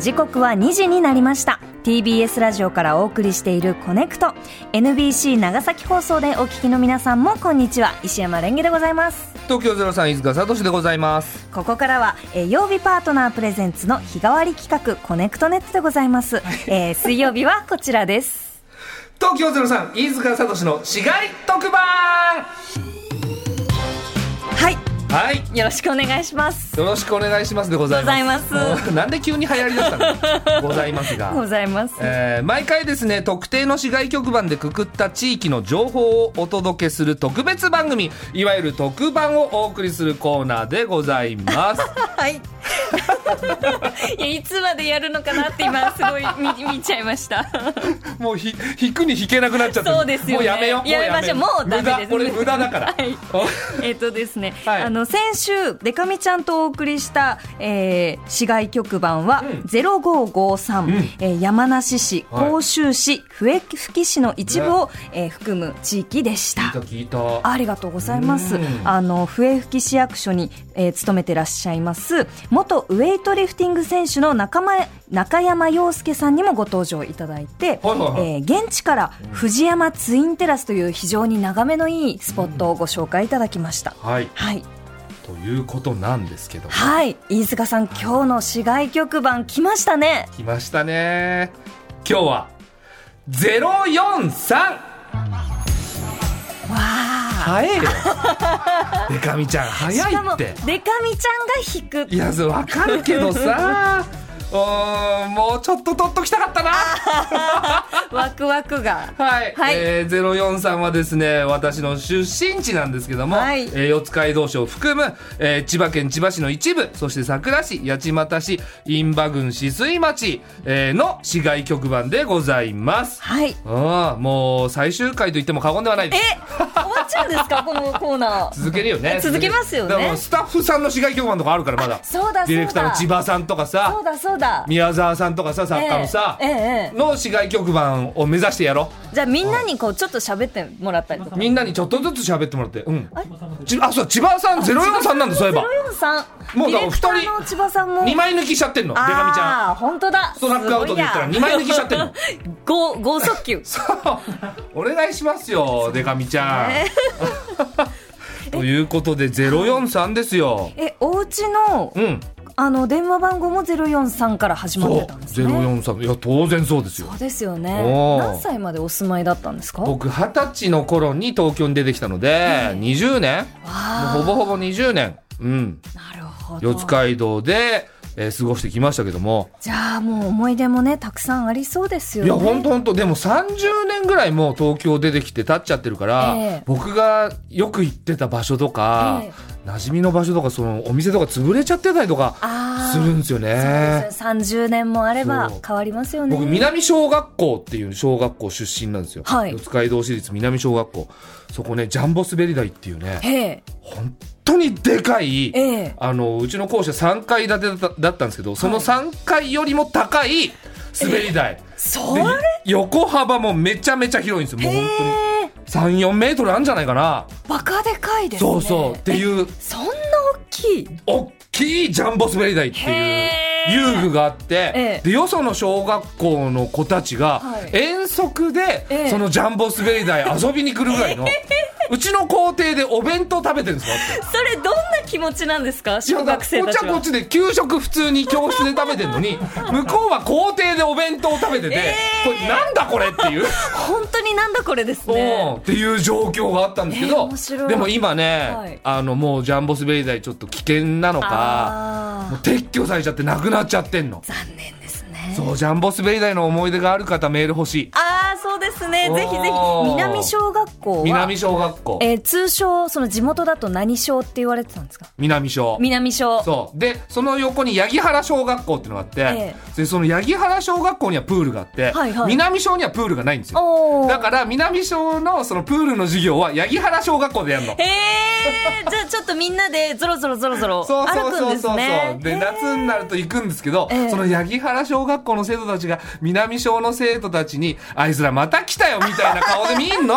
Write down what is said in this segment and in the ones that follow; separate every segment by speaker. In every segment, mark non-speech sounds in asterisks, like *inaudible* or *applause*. Speaker 1: 時刻は2時になりました TBS ラジオからお送りしている「コネクト」NBC 長崎放送でお聞きの皆さんもこんにちは石山レンゲでございます
Speaker 2: 東京ゼロさん飯塚聡でございます。
Speaker 1: ここからは、えー曜日パートナープレゼンツの日替わり企画コネクトネットでございます、えー水曜日はこちらです
Speaker 2: 東京ゼロさん飯塚聡の市街特番。
Speaker 1: はい
Speaker 2: はい。
Speaker 1: よろしくお願いします
Speaker 2: よろしくお願いしますでございます。
Speaker 1: ございます
Speaker 2: もう *laughs* なんで急に流行りだ
Speaker 1: *laughs*
Speaker 2: したのございます
Speaker 1: ご
Speaker 2: が。
Speaker 1: ざいます
Speaker 2: えー毎回ですね特定の市街局番でくくった地域の情報をお届けする特別番組いわゆる特番をお送りするコーナーでございます
Speaker 1: *laughs* はいいやいつまでやるのかなって今すごい見見ちゃいました
Speaker 2: もうひ引くに引けなくなっちゃってる
Speaker 1: そうですよね
Speaker 2: *laughs* もうやめよう
Speaker 1: やめましょうもうダメです
Speaker 2: 無駄俺無駄だから、
Speaker 1: はい *laughs* えっとですね、
Speaker 2: はい
Speaker 1: あの先週デカミちゃんとお送りした、えー、市外局番は
Speaker 2: うん
Speaker 1: 0553、えー山梨市、
Speaker 2: はい
Speaker 1: 甲州市、笛吹市の一部を、えー含む地域でし
Speaker 2: 聞い
Speaker 1: た
Speaker 2: た。聞いた
Speaker 1: ありがとうございます
Speaker 2: うん。
Speaker 1: あの笛吹市役所に、えー勤めてらっしゃいます元ウエイトリフティング選手の中前中山洋介さんにもご登場いただいて、
Speaker 2: はいはいはい
Speaker 1: えー現地から藤山ツインテラスという非常に眺めのいいスポットをご紹介いただきました。
Speaker 2: はい
Speaker 1: はい、
Speaker 2: ということなんですけども
Speaker 1: はい、飯塚さん、今日の市外局番来ましたね。
Speaker 2: 来ましたね今日は
Speaker 1: わ
Speaker 2: 043
Speaker 1: あ。
Speaker 2: 早えよ *laughs* でかみちゃん
Speaker 1: しか
Speaker 2: 早い
Speaker 1: も、
Speaker 2: っ
Speaker 1: デ
Speaker 2: て
Speaker 1: カミちゃんが引く
Speaker 2: い。やそうわかるけ
Speaker 1: *laughs*
Speaker 2: どさうーんもうちょっと取っときたかったな
Speaker 1: ワクワクが。
Speaker 2: はい、
Speaker 1: はい
Speaker 2: えー、04さんはですね私の出身地なんですけども、
Speaker 1: はい
Speaker 2: えー四街道市を含む、えー千葉県千葉市の一部そして佐倉市八街市印旛郡酒々井町、えーの市街局番でございます
Speaker 1: はい。
Speaker 2: ああもう最終回と言っても過言ではないで
Speaker 1: え
Speaker 2: す、
Speaker 1: 終わっちゃうんです
Speaker 2: *laughs*
Speaker 1: か、このコーナー。
Speaker 2: 続けるよね
Speaker 1: え続けますよね
Speaker 2: だからもうスタッフさんの市外局番とかあるからまだ
Speaker 1: そうだ、
Speaker 2: ディ
Speaker 1: そ
Speaker 2: レ
Speaker 1: う
Speaker 2: クター
Speaker 1: だ。
Speaker 2: の千葉さんとか
Speaker 1: そう
Speaker 2: さ
Speaker 1: だ、そうだ。
Speaker 2: 宮沢さんとかさ作家のさ、
Speaker 1: えええええ
Speaker 2: の市外局番を目指してやろ
Speaker 1: えじゃあ、みんなにこう、ちょっと喋ってもらったりとか
Speaker 2: う。みんなにちょっとずつ喋ってもらってうんちあそう千葉さん043なんだそういえば
Speaker 1: ロヨンさん。
Speaker 2: もう
Speaker 1: デ
Speaker 2: だ
Speaker 1: ィ
Speaker 2: から
Speaker 1: レクターの千葉さんも。
Speaker 2: 2枚抜きしちゃってんのでかみちゃん
Speaker 1: ああ、本当だ。
Speaker 2: ストラックアウトで言ったら
Speaker 1: す
Speaker 2: 2
Speaker 1: ごい
Speaker 2: 枚
Speaker 1: や
Speaker 2: 抜きしちゃってんの
Speaker 1: ご、ご速
Speaker 2: *laughs*
Speaker 1: 球。
Speaker 2: お願いしますよでかみ
Speaker 1: *laughs*
Speaker 2: ちゃん、ということで043ですよ
Speaker 1: え、お家の
Speaker 2: う、ん
Speaker 1: あの電話番号もゼロ四三から始まっ
Speaker 2: そ
Speaker 1: て
Speaker 2: う
Speaker 1: たんですね。
Speaker 2: 043いや当然そうですよ
Speaker 1: そうですよ
Speaker 2: お
Speaker 1: ね。
Speaker 2: ー
Speaker 1: 何歳までお住まいだったんですか。
Speaker 2: 僕二十歳の頃に東京に出てきたので、20年もう
Speaker 1: あ
Speaker 2: ほぼほぼ20年、うん、
Speaker 1: あ、なるほど。
Speaker 2: 四街道で、えー過ごしてきましたけども、
Speaker 1: じゃあもう思い出もねたくさんありそうですよ
Speaker 2: い
Speaker 1: ね。
Speaker 2: や本当本当でも30年ぐらいもう東京出てきて経っちゃってるから、
Speaker 1: ええ
Speaker 2: 僕がよく行ってた場所とか、
Speaker 1: え
Speaker 2: 馴染みの場所とかそのお店とか潰れちゃってたりとか
Speaker 1: ああ。
Speaker 2: するんですよ
Speaker 1: そう
Speaker 2: ね
Speaker 1: で。すよ。30年もあれば
Speaker 2: そう
Speaker 1: 変わりますよね。
Speaker 2: 僕南小学校っていう小学校出身なんですよ、
Speaker 1: はい
Speaker 2: 四街道市立南小学校そこねジャンボ滑り台っていうね
Speaker 1: へえ
Speaker 2: 本当にでかい、
Speaker 1: ええ
Speaker 2: あのうちの校舎3階建てだっただったんですけどその
Speaker 1: はい
Speaker 2: 3階よりも高い滑り台、
Speaker 1: そ
Speaker 2: で
Speaker 1: れ
Speaker 2: 横幅もめちゃめちゃ広いんですよもう本
Speaker 1: へえ
Speaker 2: 当に34メートルあるんじゃないかな、
Speaker 1: バカでかいですね。
Speaker 2: そうそうって
Speaker 1: う。
Speaker 2: いう
Speaker 1: そんな大きい。
Speaker 2: 大きいジャンボ滑り台って
Speaker 1: へー
Speaker 2: いう遊具があって、
Speaker 1: ええ
Speaker 2: でよその小学校の子たちが
Speaker 1: はい
Speaker 2: 遠足で
Speaker 1: ええ
Speaker 2: そのジャンボ滑
Speaker 1: *laughs*
Speaker 2: り台遊びに来るぐらいの、うちの校庭でお弁当食べてるんですよだって。
Speaker 1: それどんな気持ちなんですか
Speaker 2: いや
Speaker 1: 小学生たち
Speaker 2: こっちはこ
Speaker 1: は
Speaker 2: っ。ちで給食普通に教室で食べてるのに向こうは校庭でお弁当を食べてて、
Speaker 1: えー
Speaker 2: これなんだこれっていう、
Speaker 1: 本当になんだこれです
Speaker 2: うん
Speaker 1: ね。
Speaker 2: っていう状況があったんですけ
Speaker 1: えー
Speaker 2: ど
Speaker 1: 面、白い
Speaker 2: でも今ね、
Speaker 1: はい
Speaker 2: あのもうジャンボ滑り台ちょっと危険なのか
Speaker 1: あ
Speaker 2: もう
Speaker 1: あ。
Speaker 2: 撤去されちゃってなくなっちゃってんの、
Speaker 1: 残念ですね。
Speaker 2: そうジャンボ滑り台の思い出がある方メール欲しい
Speaker 1: ああそうですね
Speaker 2: おー
Speaker 1: ぜひぜひ南小学校は
Speaker 2: 南小学校
Speaker 1: えー通称その地元だと何小って言われてたんですか
Speaker 2: 南小
Speaker 1: 南小
Speaker 2: そうでその横に八木原小学校っていうのがあって、
Speaker 1: え
Speaker 2: でその八木原小学校にはプールがあって、
Speaker 1: はいはい
Speaker 2: 南小にはプールがないんですよ
Speaker 1: おお
Speaker 2: だから南小のそのプールの授業は八木原小学校でやるの。
Speaker 1: へえー、じゃあちょっとみんなでゾロゾロゾロゾロ
Speaker 2: そうそ
Speaker 1: 歩
Speaker 2: う
Speaker 1: くん
Speaker 2: そう
Speaker 1: です
Speaker 2: そうそう。
Speaker 1: ね
Speaker 2: で、夏になると行くんですけど、
Speaker 1: ええ
Speaker 2: その八木原小学校の生徒たちが南小の生徒たちに、あいつらまた来たよみたいな顔で見
Speaker 1: *laughs*
Speaker 2: んの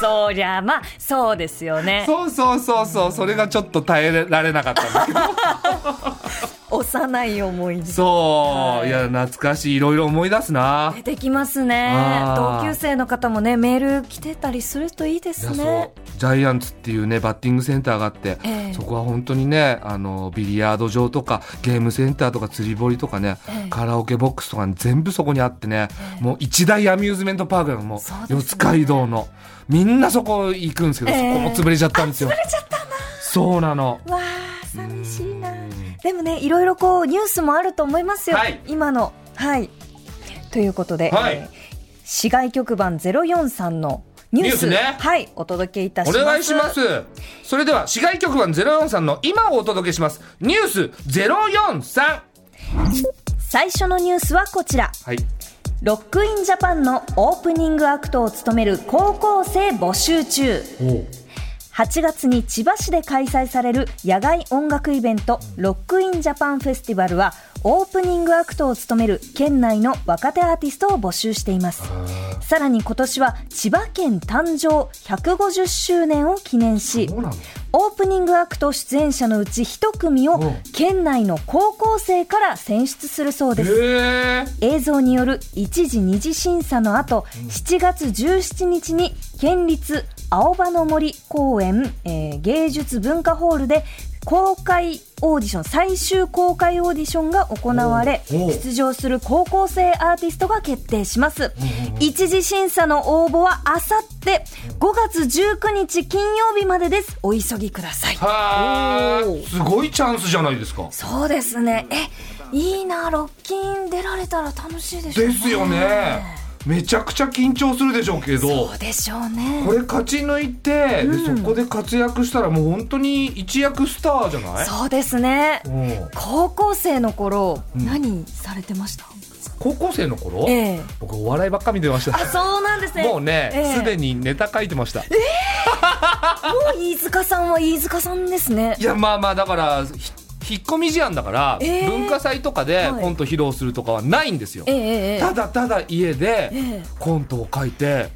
Speaker 1: そりゃあまあそうですよね
Speaker 2: そうそうそうそう。それがちょっと耐えられなかったんですけど。
Speaker 1: 幼い思い出
Speaker 2: そう、、
Speaker 1: はいい
Speaker 2: や懐かしいいろいろ思い出すな
Speaker 1: 出てきますね
Speaker 2: あー
Speaker 1: 同級生の方もねメール来てたりするといいで
Speaker 2: いや
Speaker 1: す
Speaker 2: そう
Speaker 1: ね
Speaker 2: ジャイアンツっていうねバッティングセンターがあって、
Speaker 1: ええ
Speaker 2: そこは本当にねあのビリヤード場とかゲームセンターとか釣り堀とかね、
Speaker 1: ええ
Speaker 2: カラオケボックスとか、全部そこにあってね、
Speaker 1: ええ
Speaker 2: もう一大アミューズメントパークなのもう
Speaker 1: そうですね
Speaker 2: 四街道のみんなそこ行くんですけど、
Speaker 1: ええ
Speaker 2: そこも潰れちゃったんですよ。
Speaker 1: ちゃったな
Speaker 2: そうなの
Speaker 1: わあ寂しいな
Speaker 2: うん
Speaker 1: でもねいろいろこうニュースもあると思いますよ、
Speaker 2: はい
Speaker 1: 今のはいということで、
Speaker 2: はい
Speaker 1: えー市外局番043のニュース
Speaker 2: ニュースね
Speaker 1: はいお届けいたし
Speaker 2: お
Speaker 1: ます
Speaker 2: 願いしますそれでは市外局番04さんの今をお届けしますニュース043
Speaker 1: 最初のニュースはこちら
Speaker 2: はい
Speaker 1: ロックインジャパンのオープニングアクトを務める高校生募集中
Speaker 2: お
Speaker 1: 8月に千葉市で開催される野外音楽イベントロックインジャパンフェスティバルはオープニングアクトを務める県内の若手アーティストを募集していますさらに今年は千葉県誕生150周年を記念し
Speaker 2: そうなの
Speaker 1: オープニングアクト出演者のうち1組を
Speaker 2: うん
Speaker 1: 県内の高校生から選出するそうです
Speaker 2: へえ
Speaker 1: 映像による一時二次審査の後、7月17日に県立青葉の森公園、えー芸術文化ホールで公開オーディション最終公開オーディションが行われ
Speaker 2: おうおう
Speaker 1: 出場する高校生アーティストが決定します一次審査の応募はあさって5月19日金曜日までですお急ぎください
Speaker 2: は
Speaker 1: お
Speaker 2: ー
Speaker 1: ー
Speaker 2: すごいチャンスじゃないですか
Speaker 1: そうですねえいいなロッキン出られたら楽しいでしょう
Speaker 2: ですよねめちゃくちゃ緊張するでしょうけど
Speaker 1: そうでしょうね
Speaker 2: これ勝ち抜いて、でそこで活躍したらもう本当に一躍スターじゃない
Speaker 1: そうですね
Speaker 2: うん
Speaker 1: 高校生の頃、何されてました
Speaker 2: 高校生の頃、
Speaker 1: ええ
Speaker 2: 僕お笑いばっか見てました
Speaker 1: あそうなんですね
Speaker 2: もうね
Speaker 1: ええ
Speaker 2: すで、にネタ書いてました
Speaker 1: もう飯塚さんは飯塚さんですね
Speaker 2: いやまあまあだからひ引っ込み思案だから、
Speaker 1: えー
Speaker 2: 文化祭とかで
Speaker 1: はい
Speaker 2: コント披露するとかはないんですよ、
Speaker 1: ええええ
Speaker 2: ただただ家で
Speaker 1: ええ
Speaker 2: コントを書いて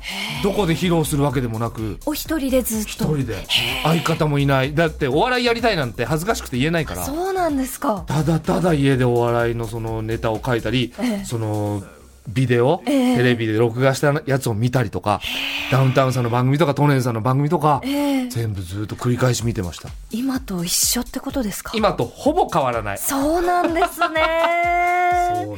Speaker 2: どこで披露するわけでもなく
Speaker 1: お一人でずっ
Speaker 2: 一
Speaker 1: と
Speaker 2: 人で相方もいないだってお笑いやりたいなんて恥ずかしくて言えないから
Speaker 1: そうなんですか
Speaker 2: ただただ家でお笑いのそのネタを書いたり、
Speaker 1: ええ
Speaker 2: そのビデオ、
Speaker 1: ええ
Speaker 2: テレビで録画したやつを見たりとか、ダウンタウンさんの番組とかトネンさんの番組とか、
Speaker 1: ええ
Speaker 2: 全部ずっと繰り返し見てました
Speaker 1: 今と一緒ってことですか
Speaker 2: 今とほぼ変わらない
Speaker 1: そうなんですね
Speaker 2: *laughs* そう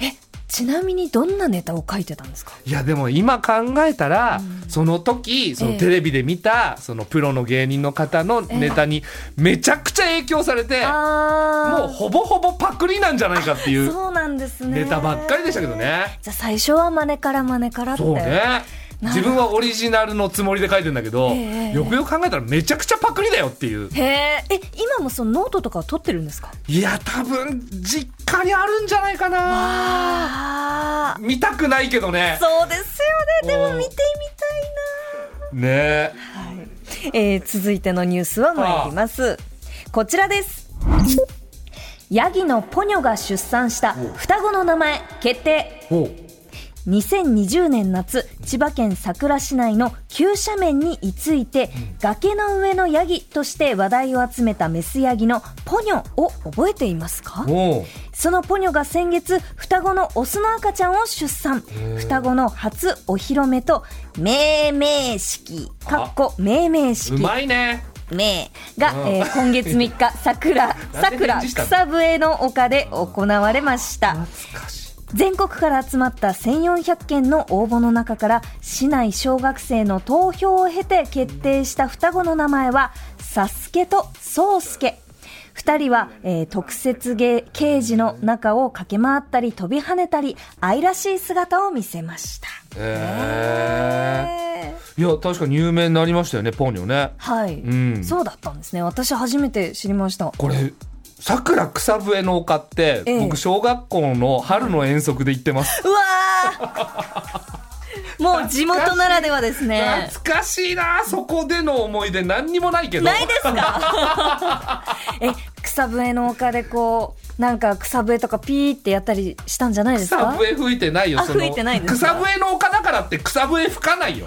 Speaker 2: ね
Speaker 1: えちなみにどんなネタを書いてたんですか
Speaker 2: いやでも今考えたら、その時そ
Speaker 1: え
Speaker 2: の
Speaker 1: え
Speaker 2: テレビで見た、そのプロの芸人の方のネタにめちゃくちゃ影響されて、
Speaker 1: ああ
Speaker 2: もうほぼほぼパクリなんじゃないかっていう
Speaker 1: そうなんですね
Speaker 2: ネタばっかりでしたけどね。
Speaker 1: じゃあ最初は真似から真似からって
Speaker 2: そうね
Speaker 1: な
Speaker 2: 自分はオリジナルのつもりで書いてんだけど、
Speaker 1: ええ
Speaker 2: よくよく考えたらめちゃくちゃパクリだよっていう
Speaker 1: へええ今もそのノートとかは取ってるんですか
Speaker 2: いや多分実家にあるんじゃないかな
Speaker 1: あ
Speaker 2: 見たくないけどね
Speaker 1: あそうですよねで
Speaker 2: お
Speaker 1: も
Speaker 2: ー
Speaker 1: 見てみ
Speaker 2: ね
Speaker 1: たいな、えー続いてのニュースは参りますこちらですヤギのポニョが出産した双子の名前決定
Speaker 2: お
Speaker 1: 2020年夏千葉県佐倉市内の急斜面に居ついて崖の上のヤギとして話題を集めたメスヤギのポニョを覚えていますか
Speaker 2: おう
Speaker 1: そのポニョが先月、双子のオスの赤ちゃんを出産。双子の初お披露目と、命名式、かっこ命名
Speaker 2: う
Speaker 1: 式、
Speaker 2: まいね
Speaker 1: 命が、
Speaker 2: うん
Speaker 1: えー今月3日、
Speaker 2: *laughs*
Speaker 1: 桜、
Speaker 2: なんで返
Speaker 1: 桜、
Speaker 2: 事したの
Speaker 1: 草笛の丘で行われました。
Speaker 2: 懐かしい
Speaker 1: 全国から集まった1400件の応募の中から市内小学生の投票を経て決定した双子の名前はサスケとソウスケ二人は、えー特設芸刑事の中を駆け回ったり飛び跳ねたり愛らしい姿を見せました
Speaker 2: え
Speaker 1: へー
Speaker 2: ー、いや確かに有名になりましたよねポニョね
Speaker 1: はい、
Speaker 2: ん
Speaker 1: そうだったんですね私初めて知りました
Speaker 2: これさくら草笛の丘って、
Speaker 1: ええ
Speaker 2: 僕小学校の春の遠足で行ってます、
Speaker 1: うわー *laughs* もう地元ならではですね
Speaker 2: 懐かしいなそこでの思い出何にもないけど
Speaker 1: ないですか *laughs* え草笛の丘でこうなんか草笛とかピーってやったりしたんじゃないです
Speaker 2: 草
Speaker 1: か
Speaker 2: 笛吹いてないよ
Speaker 1: あ
Speaker 2: その
Speaker 1: 吹いてないんですか
Speaker 2: 草笛の丘だからって草笛吹かないよ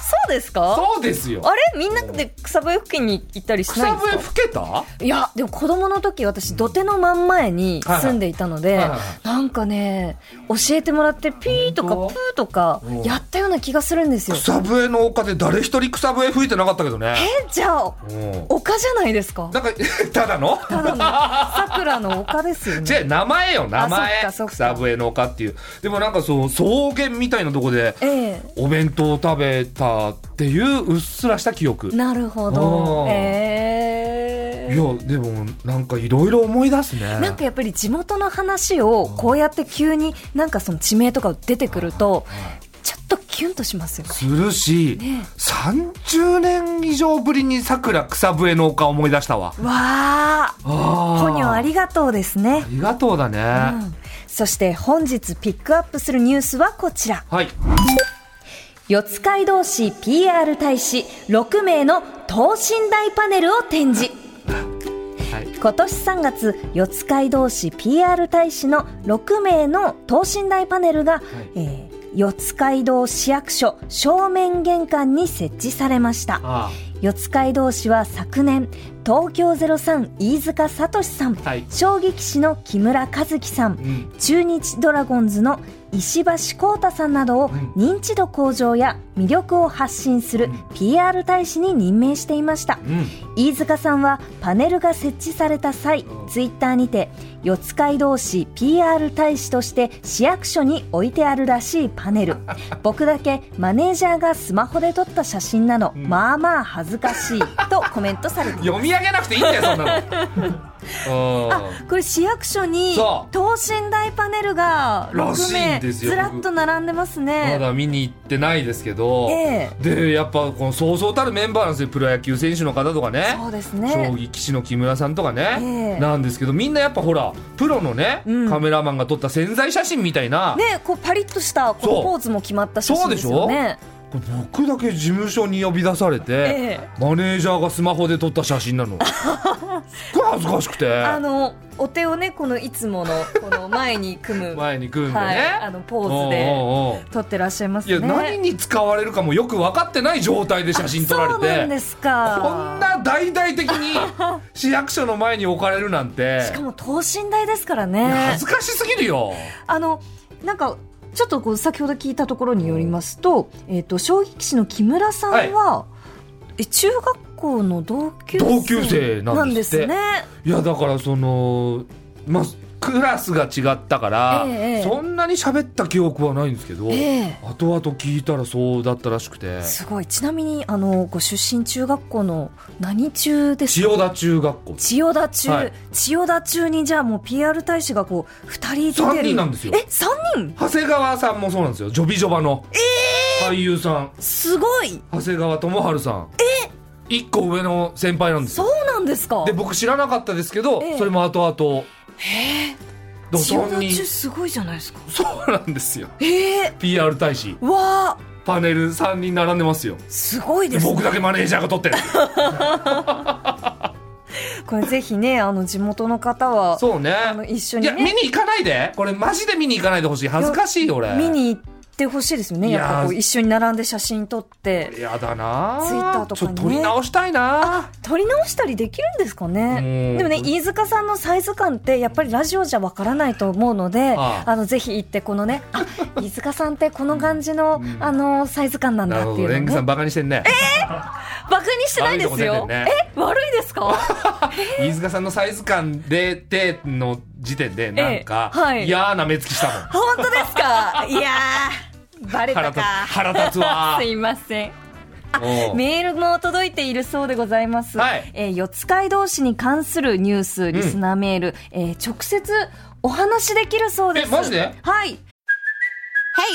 Speaker 1: そうですか
Speaker 2: そうですよ
Speaker 1: あれみんなで草笛付近に行ったりしないん
Speaker 2: 草
Speaker 1: です
Speaker 2: 笛
Speaker 1: か
Speaker 2: 吹けた
Speaker 1: いや、でも子供の時私土手の真ん前に住んでいたので
Speaker 2: はいはいはい、
Speaker 1: なんかね、教えてもらってピーとかプ
Speaker 2: 本当
Speaker 1: ーとか
Speaker 2: うん
Speaker 1: やったような気がするんですよ。
Speaker 2: 草笛の丘で誰一人草笛吹いてなかったけどね
Speaker 1: え、じゃあ、
Speaker 2: うん
Speaker 1: 丘じゃないですか
Speaker 2: なんか *laughs* ただの
Speaker 1: ただの桜の丘ですよ
Speaker 2: じゃ
Speaker 1: ね。
Speaker 2: あ名前よ名前
Speaker 1: あそっかそっか
Speaker 2: 草笛の丘っていうでもなんかそう草原みたいなとこで
Speaker 1: え
Speaker 2: お弁当を食べたっていううっすらした記憶
Speaker 1: え、なるほ
Speaker 2: う
Speaker 1: ど。
Speaker 2: ん
Speaker 1: え
Speaker 2: いや
Speaker 1: え。
Speaker 2: でもなんかいろいろ思い出すね
Speaker 1: なんかやっぱり地元の話をこうやって急になんかその地名とか出てくると、ちょっとキュンとしますよね。
Speaker 2: するし、
Speaker 1: ね
Speaker 2: 30年以上ぶりにさくら草笛の丘を思い出したわ
Speaker 1: わー、
Speaker 2: あ
Speaker 1: ポニョあ
Speaker 2: り
Speaker 1: りがとうですね
Speaker 2: あ。りがとうだね、
Speaker 1: うんそして本日ピックアップするニュースはこちら
Speaker 2: はい
Speaker 1: 四街道市 PR 大使6名の等身大パネルを展示
Speaker 2: はい
Speaker 1: 今年3月四街道市 PR 大使の6名の等身大パネルが、えー四街道市役所正面玄関に設置されました
Speaker 2: あ
Speaker 1: 四街道市は昨年東京03飯塚聡さん、
Speaker 2: はい
Speaker 1: 将棋棋士の木村和樹さん、
Speaker 2: あうん
Speaker 1: 中日ドラゴンズの石橋幸太さんなどを
Speaker 2: うん
Speaker 1: 認知度向上や魅力を発信する
Speaker 2: うん
Speaker 1: PR 大使に任命していました
Speaker 2: うん
Speaker 1: 飯塚さんはパネルが設置された際
Speaker 2: うん
Speaker 1: ツイッターにて四街道市 PR 大使として市役所に置いてあるらしいパネ
Speaker 2: *laughs*
Speaker 1: ル僕だけマネージャーがスマホで撮った写真なの、
Speaker 2: うん
Speaker 1: まあまあ恥ずか
Speaker 2: *laughs*
Speaker 1: しいとコメントされています
Speaker 2: 読み上げなくていいん
Speaker 1: *laughs*
Speaker 2: だよそんなのうん
Speaker 1: これ市役所に等
Speaker 2: そう
Speaker 1: 身大パネルが
Speaker 2: らし
Speaker 1: 6
Speaker 2: いん
Speaker 1: 名
Speaker 2: ですよ
Speaker 1: ずらっと並んでます
Speaker 2: ま
Speaker 1: ね。
Speaker 2: だ見に行ってないですけど、
Speaker 1: え
Speaker 2: でやっぱこのそうそうたるメンバーなんですよプロ野球選手の方とかね
Speaker 1: そうです
Speaker 2: 将
Speaker 1: ね。
Speaker 2: 棋棋士の木村さんとかね、
Speaker 1: ええ
Speaker 2: なんですけどみんなやっぱほらプロのね、
Speaker 1: うん
Speaker 2: カメラマンが撮った宣材写真みたいな、
Speaker 1: ね、こうパリッとしたこ
Speaker 2: そ
Speaker 1: の
Speaker 2: う
Speaker 1: ポーズも決まった写真ですよね。
Speaker 2: これ僕だけ事務所に呼び出されて、
Speaker 1: え
Speaker 2: マネージャーがスマホで撮った写真
Speaker 1: *laughs*
Speaker 2: なのすっごい恥ずかしくて
Speaker 1: あのお手をねこのいつものこの前に組む
Speaker 2: *laughs* 前に組んでね、
Speaker 1: はいあのポーズ
Speaker 2: お
Speaker 1: で
Speaker 2: うおうおう
Speaker 1: 撮ってらっしゃいます
Speaker 2: いや、何
Speaker 1: ね。
Speaker 2: に使われるかもよく分かってない状態で写真撮られ
Speaker 1: そうなんで
Speaker 2: て
Speaker 1: す
Speaker 2: こん
Speaker 1: か。
Speaker 2: な大々的に市役所の前に置かれるなんて
Speaker 1: しかも等身大ですから
Speaker 2: いや
Speaker 1: ね
Speaker 2: 恥ず。かしすぎるよ
Speaker 1: あのなんかちょっとこう先ほど聞いたところによりますと、えっ、と将棋棋士の木村さんは、え中学校の同級生
Speaker 2: 同級生なんですって
Speaker 1: なんね。
Speaker 2: いやだからそのまあクラスが違ったから、
Speaker 1: ええええ
Speaker 2: そんなに喋った記憶はないんですけど、
Speaker 1: え
Speaker 2: 後々聞いたらそうだったらしくて
Speaker 1: えすごいちなみにあのご出身中学校の何中です
Speaker 2: 千
Speaker 1: か。
Speaker 2: 代田中学校
Speaker 1: 千代田中、
Speaker 2: はい
Speaker 1: 千代田中にじゃあもう PR 大使がこう二人出て
Speaker 2: 三
Speaker 1: る
Speaker 2: 人なんですよ
Speaker 1: え三人
Speaker 2: 長谷川さんもそうなんですよジョビジョバの、俳優さん
Speaker 1: すごい
Speaker 2: 長谷川智治さん一個上の先輩なんです
Speaker 1: そ
Speaker 2: よ
Speaker 1: うなんですか
Speaker 2: で僕知らなかったですけど、
Speaker 1: ええ
Speaker 2: それも後々
Speaker 1: へえ
Speaker 2: でも
Speaker 1: 千代田
Speaker 2: 三
Speaker 1: 中
Speaker 2: 人
Speaker 1: すごいじゃないですか
Speaker 2: そうなんですよ
Speaker 1: ええ
Speaker 2: PR 大使
Speaker 1: わあ
Speaker 2: パネル3人並んでますよ
Speaker 1: すごい
Speaker 2: で
Speaker 1: ですね
Speaker 2: 僕だけマネージャーが取
Speaker 1: *laughs*
Speaker 2: ってる
Speaker 1: これぜひね、あの地元の方は、
Speaker 2: そうね
Speaker 1: あの一緒
Speaker 2: い
Speaker 1: に
Speaker 2: や、見
Speaker 1: ね、
Speaker 2: に行かないで。これマジで見に行かないでほしい。恥ずかしいよ、俺。
Speaker 1: 見に行ってほしいですよね。
Speaker 2: いやー
Speaker 1: やっぱこう一緒に並んで写真撮って、
Speaker 2: やだなぁ
Speaker 1: ツイッターとかにね
Speaker 2: ちょっ撮り直したいな
Speaker 1: 撮り直したりできるんですかね
Speaker 2: う。ん
Speaker 1: でもね、飯塚さんのサイズ感ってやっぱりラジオじゃわからないと思うので、
Speaker 2: あ
Speaker 1: あのぜひ行ってこのね、あ、飯塚さんってこの感じの、
Speaker 2: *laughs* うん
Speaker 1: あのサイズ感なん
Speaker 2: な
Speaker 1: だ
Speaker 2: る
Speaker 1: っ
Speaker 2: ほ
Speaker 1: ていう
Speaker 2: ど、
Speaker 1: の
Speaker 2: レングさ
Speaker 1: ね
Speaker 2: ん。バカにしてんね。
Speaker 1: バカにしてないです
Speaker 2: 悪い
Speaker 1: よ
Speaker 2: と。こ出てんね
Speaker 1: え、悪いですか？
Speaker 2: 飯塚さんのサイズ感で、で、の時点で、なんか、
Speaker 1: ええはい
Speaker 2: 嫌な目つきしたもん。
Speaker 1: 本当ですか？いやー、バレ
Speaker 2: 腹
Speaker 1: た
Speaker 2: 立つ、
Speaker 1: か。
Speaker 2: 腹立つわ
Speaker 1: す。いません。
Speaker 2: おう
Speaker 1: メールも届いているそうでございます。
Speaker 2: はい
Speaker 1: えー四街道市に関するニュース、リスナーメール、えー直接お話しできるそうです。
Speaker 2: えマジで
Speaker 1: はい。
Speaker 3: Hey,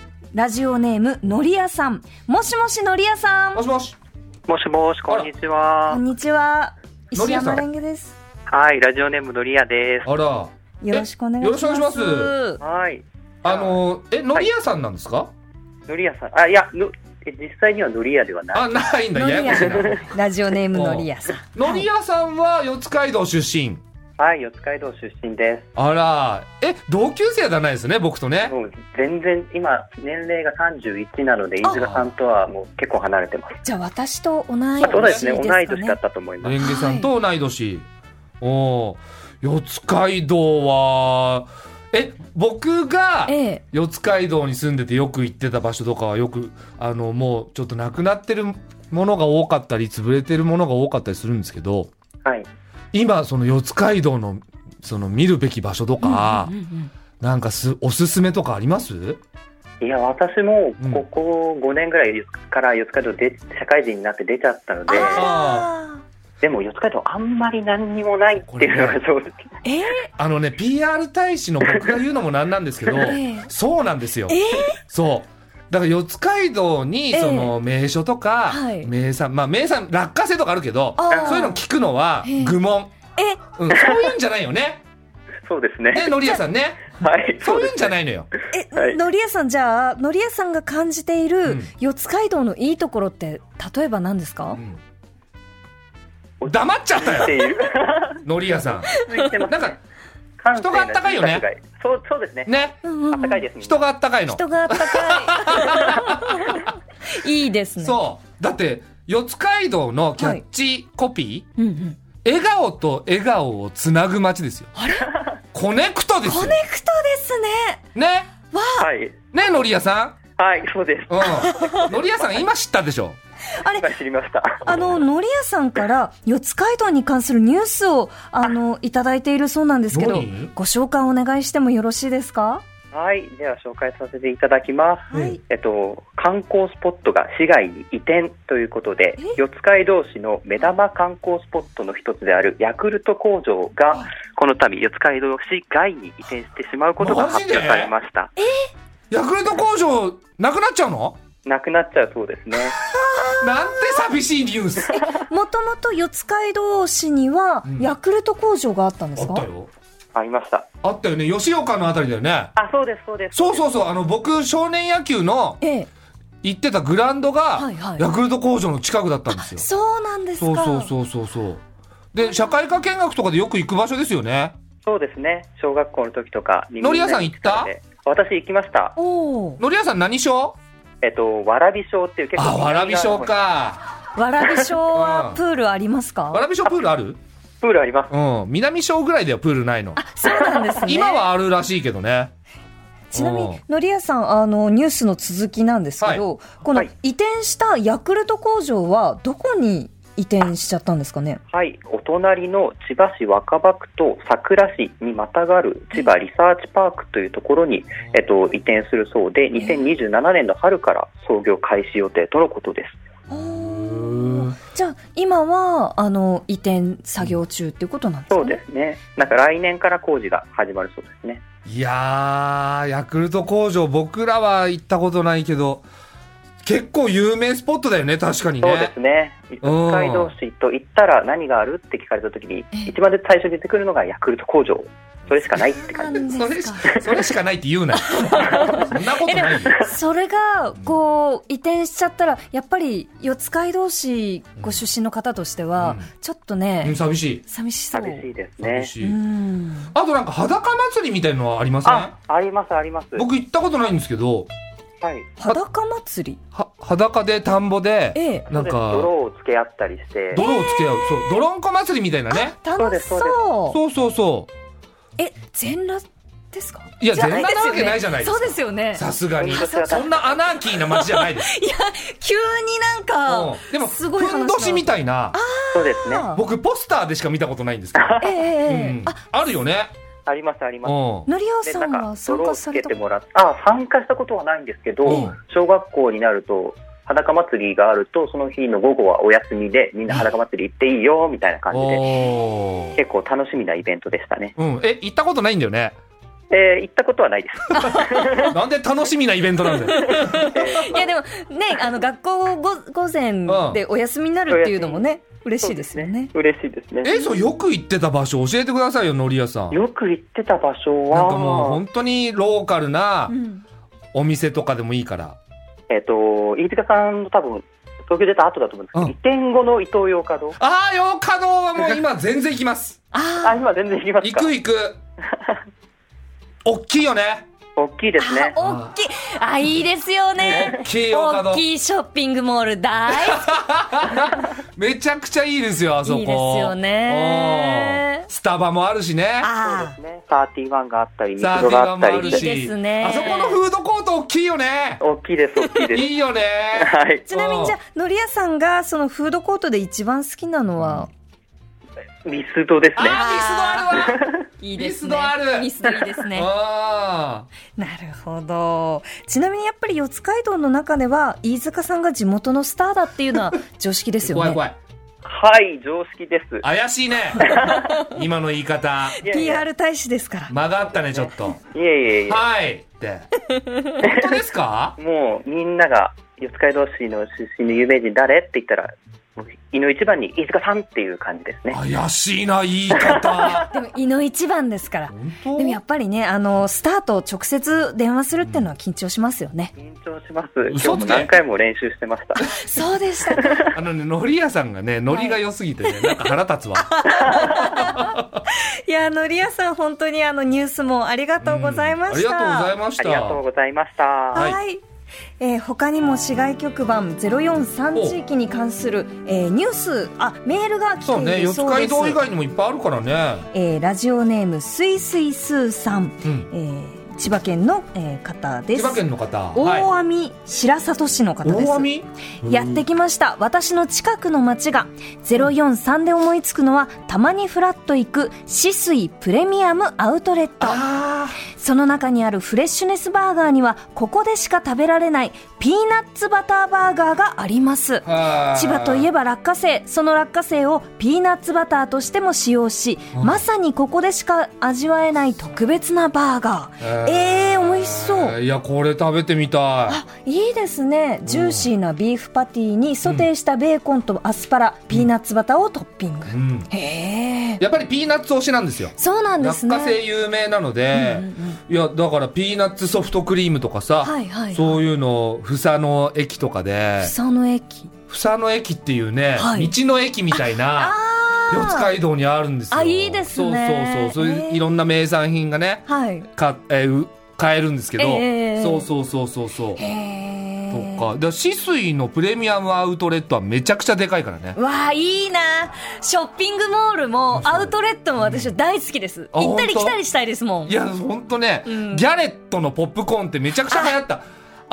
Speaker 1: ラジオネームのりやさんもしもしのりやさん
Speaker 2: もしもし。
Speaker 4: もしもし、こんにちは
Speaker 1: こん。にちは
Speaker 2: の
Speaker 1: 石
Speaker 2: りやさん
Speaker 1: 山レンゲです
Speaker 4: はい、ラジオネームのりやです。
Speaker 2: あら。
Speaker 1: よろしくお願いし
Speaker 2: よ
Speaker 1: ま
Speaker 2: ろし
Speaker 1: す
Speaker 2: くお願いします
Speaker 4: はい。
Speaker 2: あのー、え、のり屋さんなんですか、
Speaker 4: のりやさん、あ、いや、のえ実際にはのりやではない。
Speaker 2: あ、ないんだ。ややこしいな。
Speaker 1: ラジオネームのりや
Speaker 2: *laughs*
Speaker 1: さん
Speaker 2: のり屋さんは四街道出身。
Speaker 4: はい、四街道出身で
Speaker 2: あら。え、同級生じゃないですね、僕と
Speaker 4: す。
Speaker 2: ね。
Speaker 4: もう全然、今、年齢が31なので、飯塚さんとはもう結構離れてます。
Speaker 1: じゃあ私と同い年
Speaker 4: まあ、そうですね、
Speaker 1: か
Speaker 4: 同い年だったと思います
Speaker 2: レ。ンゲさんと同い年。おー四街道は、え、僕が、
Speaker 1: ええ
Speaker 2: 四街道に住んでてよく行ってた場所とかはよくあのもうちょっとなくなってるものが多かったり潰れてるものが多かったりするんですけど
Speaker 4: はい。
Speaker 2: 今その四街道のその見るべき場所とか、なんかすおすすめとかあります
Speaker 4: いや、私も
Speaker 2: うん、
Speaker 4: ここ5年ぐらいから四街道で、社会人になって出ちゃったので、
Speaker 1: あ
Speaker 4: でも四街道あんまり何にもないっていうのが正直。
Speaker 1: らえ
Speaker 2: あのね PR 大使の僕が言うのもなんなんですけど、
Speaker 1: ええ
Speaker 2: そうなんですよ。
Speaker 1: え
Speaker 2: そうだから四街道に
Speaker 1: ええ
Speaker 2: その名所とか、
Speaker 1: はい
Speaker 2: 名産まあ名産落花生とかあるけど
Speaker 1: あー
Speaker 2: そういうの聞くのは
Speaker 1: ええ
Speaker 2: 愚問、
Speaker 1: え
Speaker 2: うん、そういうんじゃないよね。
Speaker 4: そうですね。
Speaker 2: ね、のりやさんね。
Speaker 4: はい。
Speaker 2: そういうんじゃ
Speaker 4: い
Speaker 2: ないのよ。
Speaker 1: え、
Speaker 4: はい
Speaker 1: のりやさんじゃあのりやさんが感じている
Speaker 2: うん
Speaker 1: 四街道のいいところって例えば何ですか、
Speaker 2: うん黙っちゃった
Speaker 4: って
Speaker 2: よ、
Speaker 4: いう。
Speaker 2: のりやさ
Speaker 4: 続いてま
Speaker 2: ん。
Speaker 4: す
Speaker 2: *laughs* なんか、
Speaker 4: 関西
Speaker 2: 人があったかいよね
Speaker 4: 住宅街。そう、そうですね。
Speaker 2: ね、
Speaker 1: うんうん
Speaker 4: あったかいですね。
Speaker 2: 人があったかいの。
Speaker 1: 人があったかい
Speaker 2: *laughs*
Speaker 1: いいですね
Speaker 2: そう。だって、四街道のキャッチコピ
Speaker 1: う、んうん、
Speaker 2: ー、笑顔と笑顔をつなぐ街ですよ。コネクトです
Speaker 1: コ
Speaker 2: よ
Speaker 1: ネ。クトですね
Speaker 2: ね、
Speaker 4: はい。
Speaker 2: ね、のりやさ
Speaker 4: はい、そうです。
Speaker 2: ん。うん。のりやさん今知ったでしょ。
Speaker 1: あれ
Speaker 4: 今知りました。
Speaker 1: あの、のりやさんから、四街道に関するニュースを、あの、いただいているそうなんですけど
Speaker 2: 何、
Speaker 1: ご紹介お願いしてもよろしいですか
Speaker 4: はい、では紹介させていただきます。
Speaker 1: はい
Speaker 4: えっと、観光スポットが市街に移転ということで、四街道市の目玉観光スポットの一つであるヤクルト工場が、この度、四街道市外に移転してしまうことが発表されました。
Speaker 2: ヤクルト工場、なくなっちゃうの
Speaker 4: なくなっちゃうそうですね。
Speaker 2: なんて寂しいニュース。
Speaker 1: もともと四街道市には
Speaker 2: うん、
Speaker 1: ヤクルト工場があったんで
Speaker 2: あ
Speaker 1: す
Speaker 2: っ
Speaker 1: か、
Speaker 2: たよ。
Speaker 4: ありました。
Speaker 2: あったよね。吉岡のあたりだよね。
Speaker 4: あ、そうです、そうです。
Speaker 2: そうそうそう。あの、僕、少年野球の、
Speaker 1: ええ。
Speaker 2: 行ってたグラウンドが、
Speaker 1: はいはい
Speaker 2: ヤクルト工場の近くだったんですよ。
Speaker 1: そうなんです
Speaker 2: そう
Speaker 1: か。
Speaker 2: そうそうそうそう。で、社会科見学とかでよく行く場所ですよね。
Speaker 4: そうですね。小学校の時とかにみんな
Speaker 2: のり屋さん行った
Speaker 4: で私行きました。
Speaker 1: おお、
Speaker 2: のりやさん何賞
Speaker 4: えっと、わらび賞っていう結
Speaker 2: あ、
Speaker 4: 構。
Speaker 2: わらび賞。か。
Speaker 1: わらび賞
Speaker 2: う
Speaker 1: は
Speaker 2: ん
Speaker 1: プールあります
Speaker 2: わ
Speaker 1: から
Speaker 2: び賞プールある
Speaker 4: プールあります。
Speaker 2: うん。南賞ぐらいだよ、プールないの。
Speaker 1: そうなんですね。
Speaker 2: 今はあるらしいけどね。
Speaker 1: ちなみ
Speaker 2: うん
Speaker 1: に、のりやさん、あの、ニュースの続きなんですけど、この
Speaker 4: はい
Speaker 1: 移転したヤクルト工場は、どこに移転しちゃったんですかね
Speaker 4: はい。お隣の千葉市若葉区と佐倉市にまたがる千葉リサーチパークというところに、えっと、移転するそうで、2027年の春から創業開始予定とのことです。
Speaker 1: じゃあ今はあの移転作業中っていうことなんですか、ね、
Speaker 4: そうですね。なんか来年から工事が始まるそうですね。
Speaker 2: いやー、ヤクルト工場、僕らは行ったことないけど、結構有名スポットだよね、確かに
Speaker 4: そうで
Speaker 2: ね
Speaker 4: す。ね。
Speaker 2: うん
Speaker 4: 北海道市と言ったら何があるって聞かれた時に、一番最初に出てくるのがヤクルト工場。それしかないって感じ。
Speaker 2: それしそれしかないって言うなよ。そんなことないよ。
Speaker 1: *laughs* それがこう移転しちゃったらやっぱり四街道市ご出身の方としては、
Speaker 2: うん
Speaker 1: ちょっと
Speaker 2: うん
Speaker 1: ね、
Speaker 2: 寂しい。
Speaker 1: 寂しそう
Speaker 4: 寂しいですね
Speaker 2: 寂。し
Speaker 1: う
Speaker 2: い。
Speaker 1: ん
Speaker 2: あとなんか裸祭りみたいのはありません
Speaker 4: あ、ありますあります。
Speaker 2: 僕行ったことないんですけど、
Speaker 4: はい。
Speaker 1: 裸祭り
Speaker 2: は裸で田んぼで、
Speaker 1: ええ
Speaker 2: なんか、
Speaker 4: 泥をつけ合ったりして、
Speaker 2: 泥をつけ合う。そう、泥んこ祭りみたいなね。
Speaker 1: 楽しそう
Speaker 2: そうそうそ
Speaker 1: え全裸ですか
Speaker 2: いや
Speaker 1: じゃない
Speaker 2: 全裸なわけない
Speaker 1: ですよね
Speaker 2: じゃないですか
Speaker 1: そうですよね
Speaker 2: う。さすがに。
Speaker 4: そっか
Speaker 2: そんなアナーキーな街じゃな
Speaker 1: *laughs*
Speaker 2: いです。
Speaker 1: いや急になん
Speaker 2: う
Speaker 1: か
Speaker 2: んでも、
Speaker 1: すごい話
Speaker 2: ふんどしみ
Speaker 1: た
Speaker 2: たいな、
Speaker 4: そうですね。
Speaker 2: 僕ポスターでしか見たことないんですけど。
Speaker 1: えええ
Speaker 2: う
Speaker 1: えええ
Speaker 2: ん
Speaker 1: あ
Speaker 2: あるよね。
Speaker 4: ありますあり
Speaker 2: う
Speaker 4: ます。
Speaker 2: ん。
Speaker 1: のりお
Speaker 4: で
Speaker 1: さんは参
Speaker 4: 泥を
Speaker 1: 加
Speaker 4: つ
Speaker 1: さ
Speaker 4: け
Speaker 1: れた
Speaker 4: てもらっあ、参加したことはないんですけど、
Speaker 2: うん
Speaker 4: 小学校になると、裸祭りがあると、その日の午後はお休みで、みんな裸祭り行っていいよ、みたいな感じで、
Speaker 2: おー
Speaker 4: 結構楽しみなイベントでしたね。
Speaker 1: *laughs*
Speaker 2: うん。え、行ったことないんだよね。
Speaker 4: えー行ったことはないです。
Speaker 2: なんで楽しみなイベントなんだよ。
Speaker 1: いやでもね、あの学校ご午前でお休みになるっていうのも
Speaker 2: *laughs*
Speaker 1: ね、嬉しいですよね。
Speaker 4: 嬉しいですね。
Speaker 2: え、そう、よく行ってた場所教えてくださいよ、のり屋さん。
Speaker 4: よく行ってた場所
Speaker 2: なんかもう
Speaker 4: は、
Speaker 2: 本当にローカルな
Speaker 1: うん
Speaker 2: お店とかでもいいから。
Speaker 4: えっ、と、飯塚さんの多分、東京出た後だと思うんですけど、
Speaker 2: うん
Speaker 4: 移転後の伊東洋華堂。
Speaker 2: ああ、よかどうはもう今全然行きます。
Speaker 4: あ、今全然行きます
Speaker 2: 行
Speaker 4: か
Speaker 2: く
Speaker 1: *laughs*
Speaker 2: 行く。おっきいよね。
Speaker 4: 大きいですね。
Speaker 1: 大きい、あ、いいですよ
Speaker 2: 大
Speaker 1: ね。
Speaker 2: きいおかど
Speaker 1: 大きいショッピングモール大好き。
Speaker 2: めちゃくちゃいいですよ、あそこ。
Speaker 1: いいですよね
Speaker 2: うんスタバもあるしね。
Speaker 1: あ
Speaker 4: ね、サーティワンがあったり、ミク
Speaker 2: サー
Speaker 4: ド
Speaker 2: ティ
Speaker 4: が
Speaker 2: ワン
Speaker 4: あっ
Speaker 2: も
Speaker 4: た
Speaker 2: ある
Speaker 4: りし
Speaker 2: し。
Speaker 4: て。
Speaker 1: いいですね
Speaker 2: *laughs* あそこのフードコート大きいよね。
Speaker 4: 大きいです、大きいで
Speaker 2: い
Speaker 4: す。
Speaker 2: いよね。
Speaker 4: は
Speaker 1: *laughs*
Speaker 4: い。
Speaker 1: ちなみにじゃあ、のり屋さんがそのフードコートで一番好きなのは、
Speaker 4: ミスドですね。
Speaker 2: あー、ミスドあるわ。
Speaker 1: いい
Speaker 2: ですねミスドある
Speaker 1: ミスドいいです
Speaker 2: *laughs*
Speaker 1: ね。
Speaker 2: あ
Speaker 1: なるほど。ちなみにやっぱり四街道の中では、飯塚さんが地元のスターだっていうのは常識です
Speaker 2: ー
Speaker 1: よね。
Speaker 2: 怖い怖い。
Speaker 4: はい、常識です。
Speaker 2: 怪しいね。
Speaker 1: *laughs*
Speaker 2: 今の言い方。
Speaker 4: いやいや
Speaker 1: PR 大使ですから。
Speaker 2: 間があったね、ちょっと。
Speaker 4: いえいえいえ。
Speaker 2: はい。って。本当ですか
Speaker 4: もうみんなが四街道市の出身の有名人誰って言ったら、もう井の一番に飯塚さんっていう感じですね。
Speaker 2: 怪しいな、言い方。
Speaker 1: *laughs* でも、胃の一番ですから。
Speaker 2: 本当
Speaker 1: でもやっぱりね、あの、スターと直接電話するっていうのは緊張しますよね。
Speaker 4: 緊張します。
Speaker 2: 嘘
Speaker 4: 今
Speaker 2: つけ
Speaker 4: 日も何回も練習してました。
Speaker 1: そうで *laughs* したか。
Speaker 2: あのね、のり屋さんがね、のりが良すぎてね、なんか腹立つわ。
Speaker 1: いや、のりやさん、本当にあの、ニュースもありがとうございました。
Speaker 2: ありがとうございまし
Speaker 4: あ
Speaker 2: た。
Speaker 4: りがとうございました。
Speaker 2: は
Speaker 1: はいい。えー他にも市外局番043地域に関する、えーニュースあメールが来
Speaker 2: そう
Speaker 1: て
Speaker 2: ね、
Speaker 1: いる
Speaker 2: 四
Speaker 1: そう
Speaker 2: 街
Speaker 1: です
Speaker 2: 道以外にもいっぱいあるからね。
Speaker 1: えーラジオネームすいすいすーさん、
Speaker 2: うん。
Speaker 1: えー千葉県の、えー方です
Speaker 2: 千葉県の方。
Speaker 1: 大
Speaker 2: は
Speaker 1: 網、白里市の
Speaker 2: い。
Speaker 1: 方です
Speaker 2: 大網
Speaker 1: やってきました私の近くの町が043で思いつくのはたまにフラッと行く止水プレミアムアウトレット
Speaker 2: あ
Speaker 1: その中にあるフレッシュネスバーガーにはここでしか食べられないピーナッツバターバーガーがあります
Speaker 2: あ。
Speaker 1: 千葉といえ
Speaker 2: ば。
Speaker 1: ば落花生その落花生をピーナッツバターとしても使用し
Speaker 2: うん
Speaker 1: まさにここでしか味わえない特別なバーガーえー、美味しそう
Speaker 2: いや、これ食べてみたい。
Speaker 1: いいですねジューシーなビーフパティにソテーしたベーコンとアスパラ、ピーナッツバターをトッピング、
Speaker 2: うん。
Speaker 1: へえ
Speaker 2: やっぱりピーナッツ推しなんですよ。
Speaker 1: そうなんです
Speaker 2: 落
Speaker 1: ね
Speaker 2: 花生有名なので、いや、だからピーナッツソフトクリームとかさ、
Speaker 1: はいはい
Speaker 2: そういうの、房の駅とかで、
Speaker 1: 草の駅
Speaker 2: 房の駅っていうね、
Speaker 1: はい
Speaker 2: 道の駅みたいな、
Speaker 1: あ
Speaker 2: 四
Speaker 1: あ
Speaker 2: 街道にあるんですよ。
Speaker 1: あいいですね
Speaker 2: そうそうそう。そう
Speaker 1: へ
Speaker 2: いう
Speaker 1: ー
Speaker 2: いろんな名産品がね、
Speaker 1: はい
Speaker 2: かえーう買えるんですけど、
Speaker 1: ええ
Speaker 2: そうそうそうそうそ
Speaker 1: へ
Speaker 2: う。
Speaker 1: え
Speaker 2: とか、で、止水のプレミアムアウトレットはめちゃくちゃでかいからね。
Speaker 1: わあいいなショッピングモールもアウトレットも私は大好きです
Speaker 2: あ
Speaker 1: 行ったり
Speaker 2: 本
Speaker 1: 来
Speaker 2: 当
Speaker 1: たりしたいですもん
Speaker 2: いや、ほんとね、
Speaker 1: うん
Speaker 2: ギャレットのポップコーンってめちゃくちゃ流行った。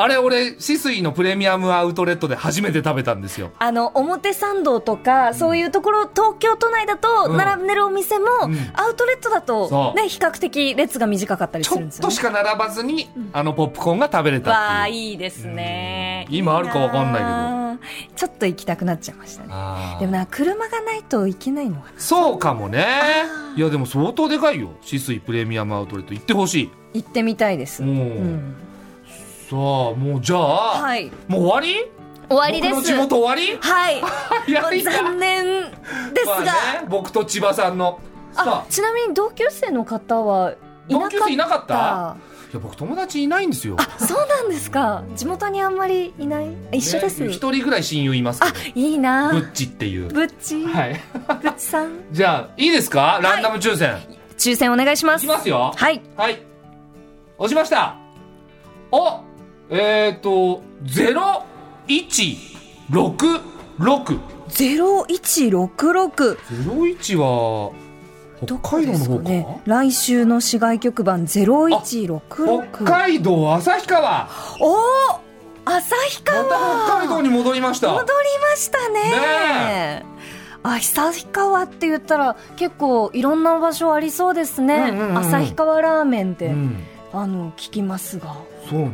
Speaker 2: あれ、俺、シスイのプレミアムアウトレットで初めて食べたんですよ。
Speaker 1: あの表参道とかそういうところ東京都内だと
Speaker 2: うん
Speaker 1: 並んでるお店も
Speaker 2: うん
Speaker 1: アウトレットだ
Speaker 2: そ
Speaker 1: と
Speaker 2: う
Speaker 1: ね比較的列が短かったり
Speaker 2: ち
Speaker 1: す
Speaker 2: ょ
Speaker 1: るん
Speaker 2: っ
Speaker 1: ですよ
Speaker 2: と
Speaker 1: ね
Speaker 2: しか並ばずに、あのポップコーンが食べれた
Speaker 1: わ
Speaker 2: っ
Speaker 1: あ
Speaker 2: ていう。
Speaker 1: いいですね
Speaker 2: うん今あるかわかんないけど
Speaker 1: けどちょっと行きたくなっちゃいましたね
Speaker 2: あー
Speaker 1: でもな車がないといけないのかな
Speaker 2: そうかもね。いや、でも相当でかいよ。シスイプレミアムアウトレット行ってほし
Speaker 1: 行ってみたいです
Speaker 2: い。う。
Speaker 1: うんん
Speaker 2: さあ、もうじゃあ、
Speaker 1: はい
Speaker 2: もう終わり
Speaker 1: 終わりで
Speaker 2: 僕の
Speaker 1: す
Speaker 2: 地元終わり *laughs*
Speaker 1: はい
Speaker 2: 早いな
Speaker 1: 残念です
Speaker 2: ま
Speaker 1: が
Speaker 2: あね、僕と千葉さんの。
Speaker 1: あ
Speaker 2: さあ、
Speaker 1: ちなみに同級生の方はいなか
Speaker 2: 同
Speaker 1: った
Speaker 2: 級生いなかったいや、僕友達いないんですよ。
Speaker 1: そうなんですか地元にあんまりいない一緒です、
Speaker 2: ね一人ぐらい親友いますけ
Speaker 1: あ
Speaker 2: ど。
Speaker 1: いいな
Speaker 2: ブッチっていう。
Speaker 1: ぶっちぶっ
Speaker 2: はい。
Speaker 1: ちさん
Speaker 2: じゃあ、いいですかランダム抽選。い、
Speaker 1: 抽選お願いします
Speaker 2: きますよ。
Speaker 1: はい
Speaker 2: はい。押しました。おえっ、ー、と、0166。
Speaker 1: 0166
Speaker 2: 01は、
Speaker 1: ど
Speaker 2: 北
Speaker 1: こ
Speaker 2: 海道
Speaker 1: で
Speaker 2: の
Speaker 1: すか
Speaker 2: 方かな
Speaker 1: ね来週の市外局番
Speaker 2: 北
Speaker 1: 0166
Speaker 2: 海道旭川ま
Speaker 1: おお旭
Speaker 2: た
Speaker 1: 川
Speaker 2: 北海道に戻りました
Speaker 1: 戻りましたね
Speaker 2: ね
Speaker 1: あ旭川って言ったら結構いろんな場所ありそうですね、
Speaker 2: うんうんうん
Speaker 1: 旭川ラーメンって、
Speaker 2: うん、
Speaker 1: あの聞きますが
Speaker 2: そうね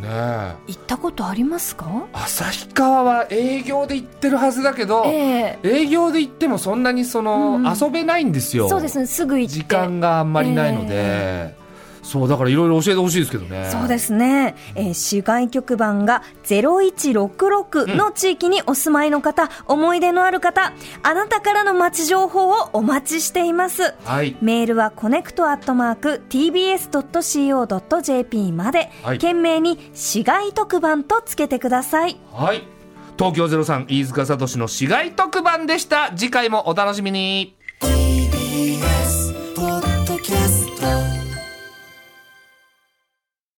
Speaker 1: 行ったことありますか
Speaker 2: 旭川は営業で行ってるはずだけど、
Speaker 1: ええ
Speaker 2: 営業で行ってもそんなにその、
Speaker 1: うんうん
Speaker 2: 遊べないんですよ
Speaker 1: そうですねすぐ行って
Speaker 2: 時間があんまりないので、そうだからいろいろ教えてほしいですけどね
Speaker 1: そうですね、えー市外局番が0166の地域にお住まいの方、思い出のある方あなたからの街情報をお待ちしています
Speaker 2: はい
Speaker 1: メールはコネクトアットマーク tbs.co.jp まで、
Speaker 2: はい
Speaker 1: 懸命に市外特番とつけてください
Speaker 2: はい東京03飯塚聡の市街特番でした次回もお楽しみに